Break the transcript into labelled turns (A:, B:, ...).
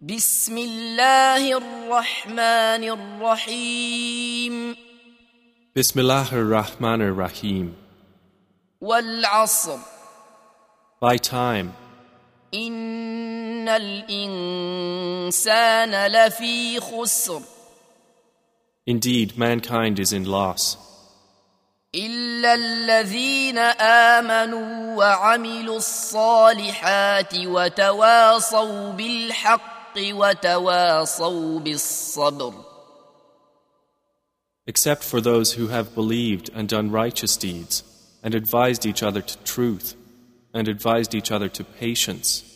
A: بسم الله الرحمن الرحيم
B: بسم الله الرحمن الرحیم
A: والعصر
B: By time,
A: إن الإنسان لفي خسر
B: indeed mankind is in loss,
A: إلا الذين آمنوا وعملوا الصالحات وتواصوا بالحق وتواصوا بالصبر
B: except for those who have believed and done righteous deeds, and advised each other to truth, and advised each other to patience.